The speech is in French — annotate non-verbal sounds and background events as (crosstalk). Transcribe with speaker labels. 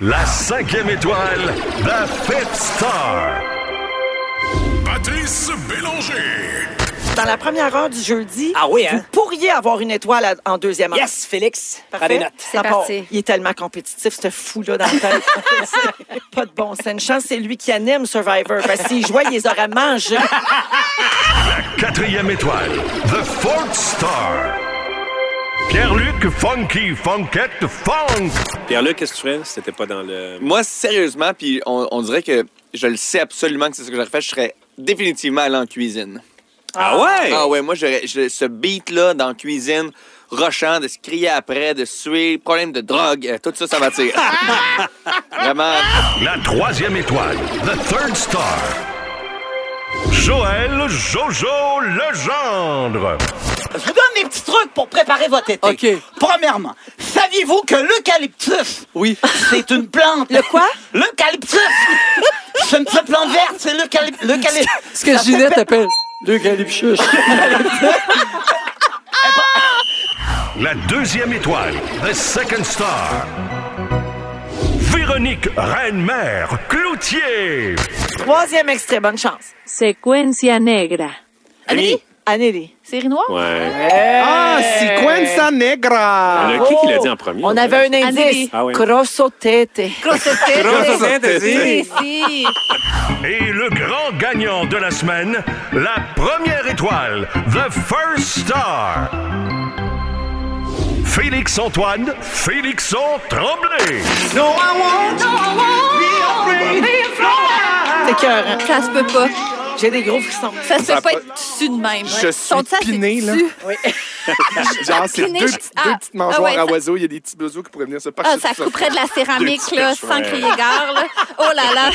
Speaker 1: La cinquième étoile, la Fête Star.
Speaker 2: Patrice Bélanger.
Speaker 3: Dans la première heure du jeudi,
Speaker 4: Ah oui, hein?
Speaker 3: vous pourriez avoir une étoile à- en deuxième heure.
Speaker 4: Yes, Félix.
Speaker 3: Parfait.
Speaker 4: Prends des notes.
Speaker 3: Ça part.
Speaker 5: parti.
Speaker 3: Il est tellement compétitif, ce fou-là, dans le tête. (laughs) pas de bon sens. Une chance, c'est lui qui anime Survivor. Parce que s'il jouait, il les aurait mangés.
Speaker 1: Quatrième étoile, The Fourth Star. Pierre-Luc Funky Funkette Funk.
Speaker 6: Pierre-Luc, qu'est-ce que tu fais? C'était pas dans le.
Speaker 7: Moi, sérieusement, puis on, on dirait que je le sais absolument que c'est ce que j'aurais fait, je serais définitivement allé en cuisine.
Speaker 6: Ah ouais?
Speaker 7: Ah ouais, moi, j'aurais- je- ce beat-là dans cuisine, rochant, de se crier après, de suer, problème de drogue, euh, tout ça, ça m'attire. Vraiment.
Speaker 1: La troisième étoile, The Third Star. Joël Jojo Legendre.
Speaker 4: Je vous donne des petits trucs pour préparer votre été.
Speaker 7: OK.
Speaker 4: Premièrement, saviez-vous que l'eucalyptus,
Speaker 7: Oui.
Speaker 4: c'est une plante.
Speaker 5: Le quoi?
Speaker 4: L'eucalyptus! (laughs) c'est une petite plante verte, c'est l'eucalyptus.
Speaker 8: Ce que Ginette appelle le galipchuche.
Speaker 1: La deuxième étoile, The Second Star. Véronique Reine-Mère Cloutier.
Speaker 3: Troisième extrait, bonne chance.
Speaker 9: Secuencia negra.
Speaker 6: Rémi.
Speaker 3: Anneli.
Speaker 5: Série noire?
Speaker 6: Ouais.
Speaker 10: Ah, Sequenza Negra!
Speaker 6: Le qui qui l'a dit en premier?
Speaker 3: On avait un indice.
Speaker 5: Anneli.
Speaker 6: Ah oui.
Speaker 3: Grosso tete.
Speaker 5: Grosse
Speaker 7: tête.
Speaker 5: Si, si.
Speaker 1: Et le grand gagnant de la semaine, la première étoile, The First Star. Félix Antoine, Félixon Tremblay.
Speaker 10: No, I won't be afraid.
Speaker 3: C'est cœur. hein?
Speaker 5: Ça se peut pas.
Speaker 3: J'ai des gros frissons.
Speaker 5: Ça se
Speaker 7: Ça
Speaker 5: peut pas
Speaker 7: peut-
Speaker 5: être dessus de même.
Speaker 7: Je
Speaker 5: Sont
Speaker 7: suis piné, là. (laughs) Genre, c'est deux,
Speaker 5: Piné-
Speaker 7: petites- deux
Speaker 5: Ah,
Speaker 7: petites mangeoires
Speaker 5: ah ouais,
Speaker 7: à
Speaker 5: ça-
Speaker 7: oiseaux. Il y a des petits oiseaux qui pourraient venir se parcher
Speaker 5: Ah, ça
Speaker 7: dessus,
Speaker 5: couperait de la
Speaker 7: Deux
Speaker 5: céramique,
Speaker 7: petits
Speaker 5: là,
Speaker 7: perches,
Speaker 5: sans
Speaker 7: ouais.
Speaker 5: crier gare, là. Oh là là.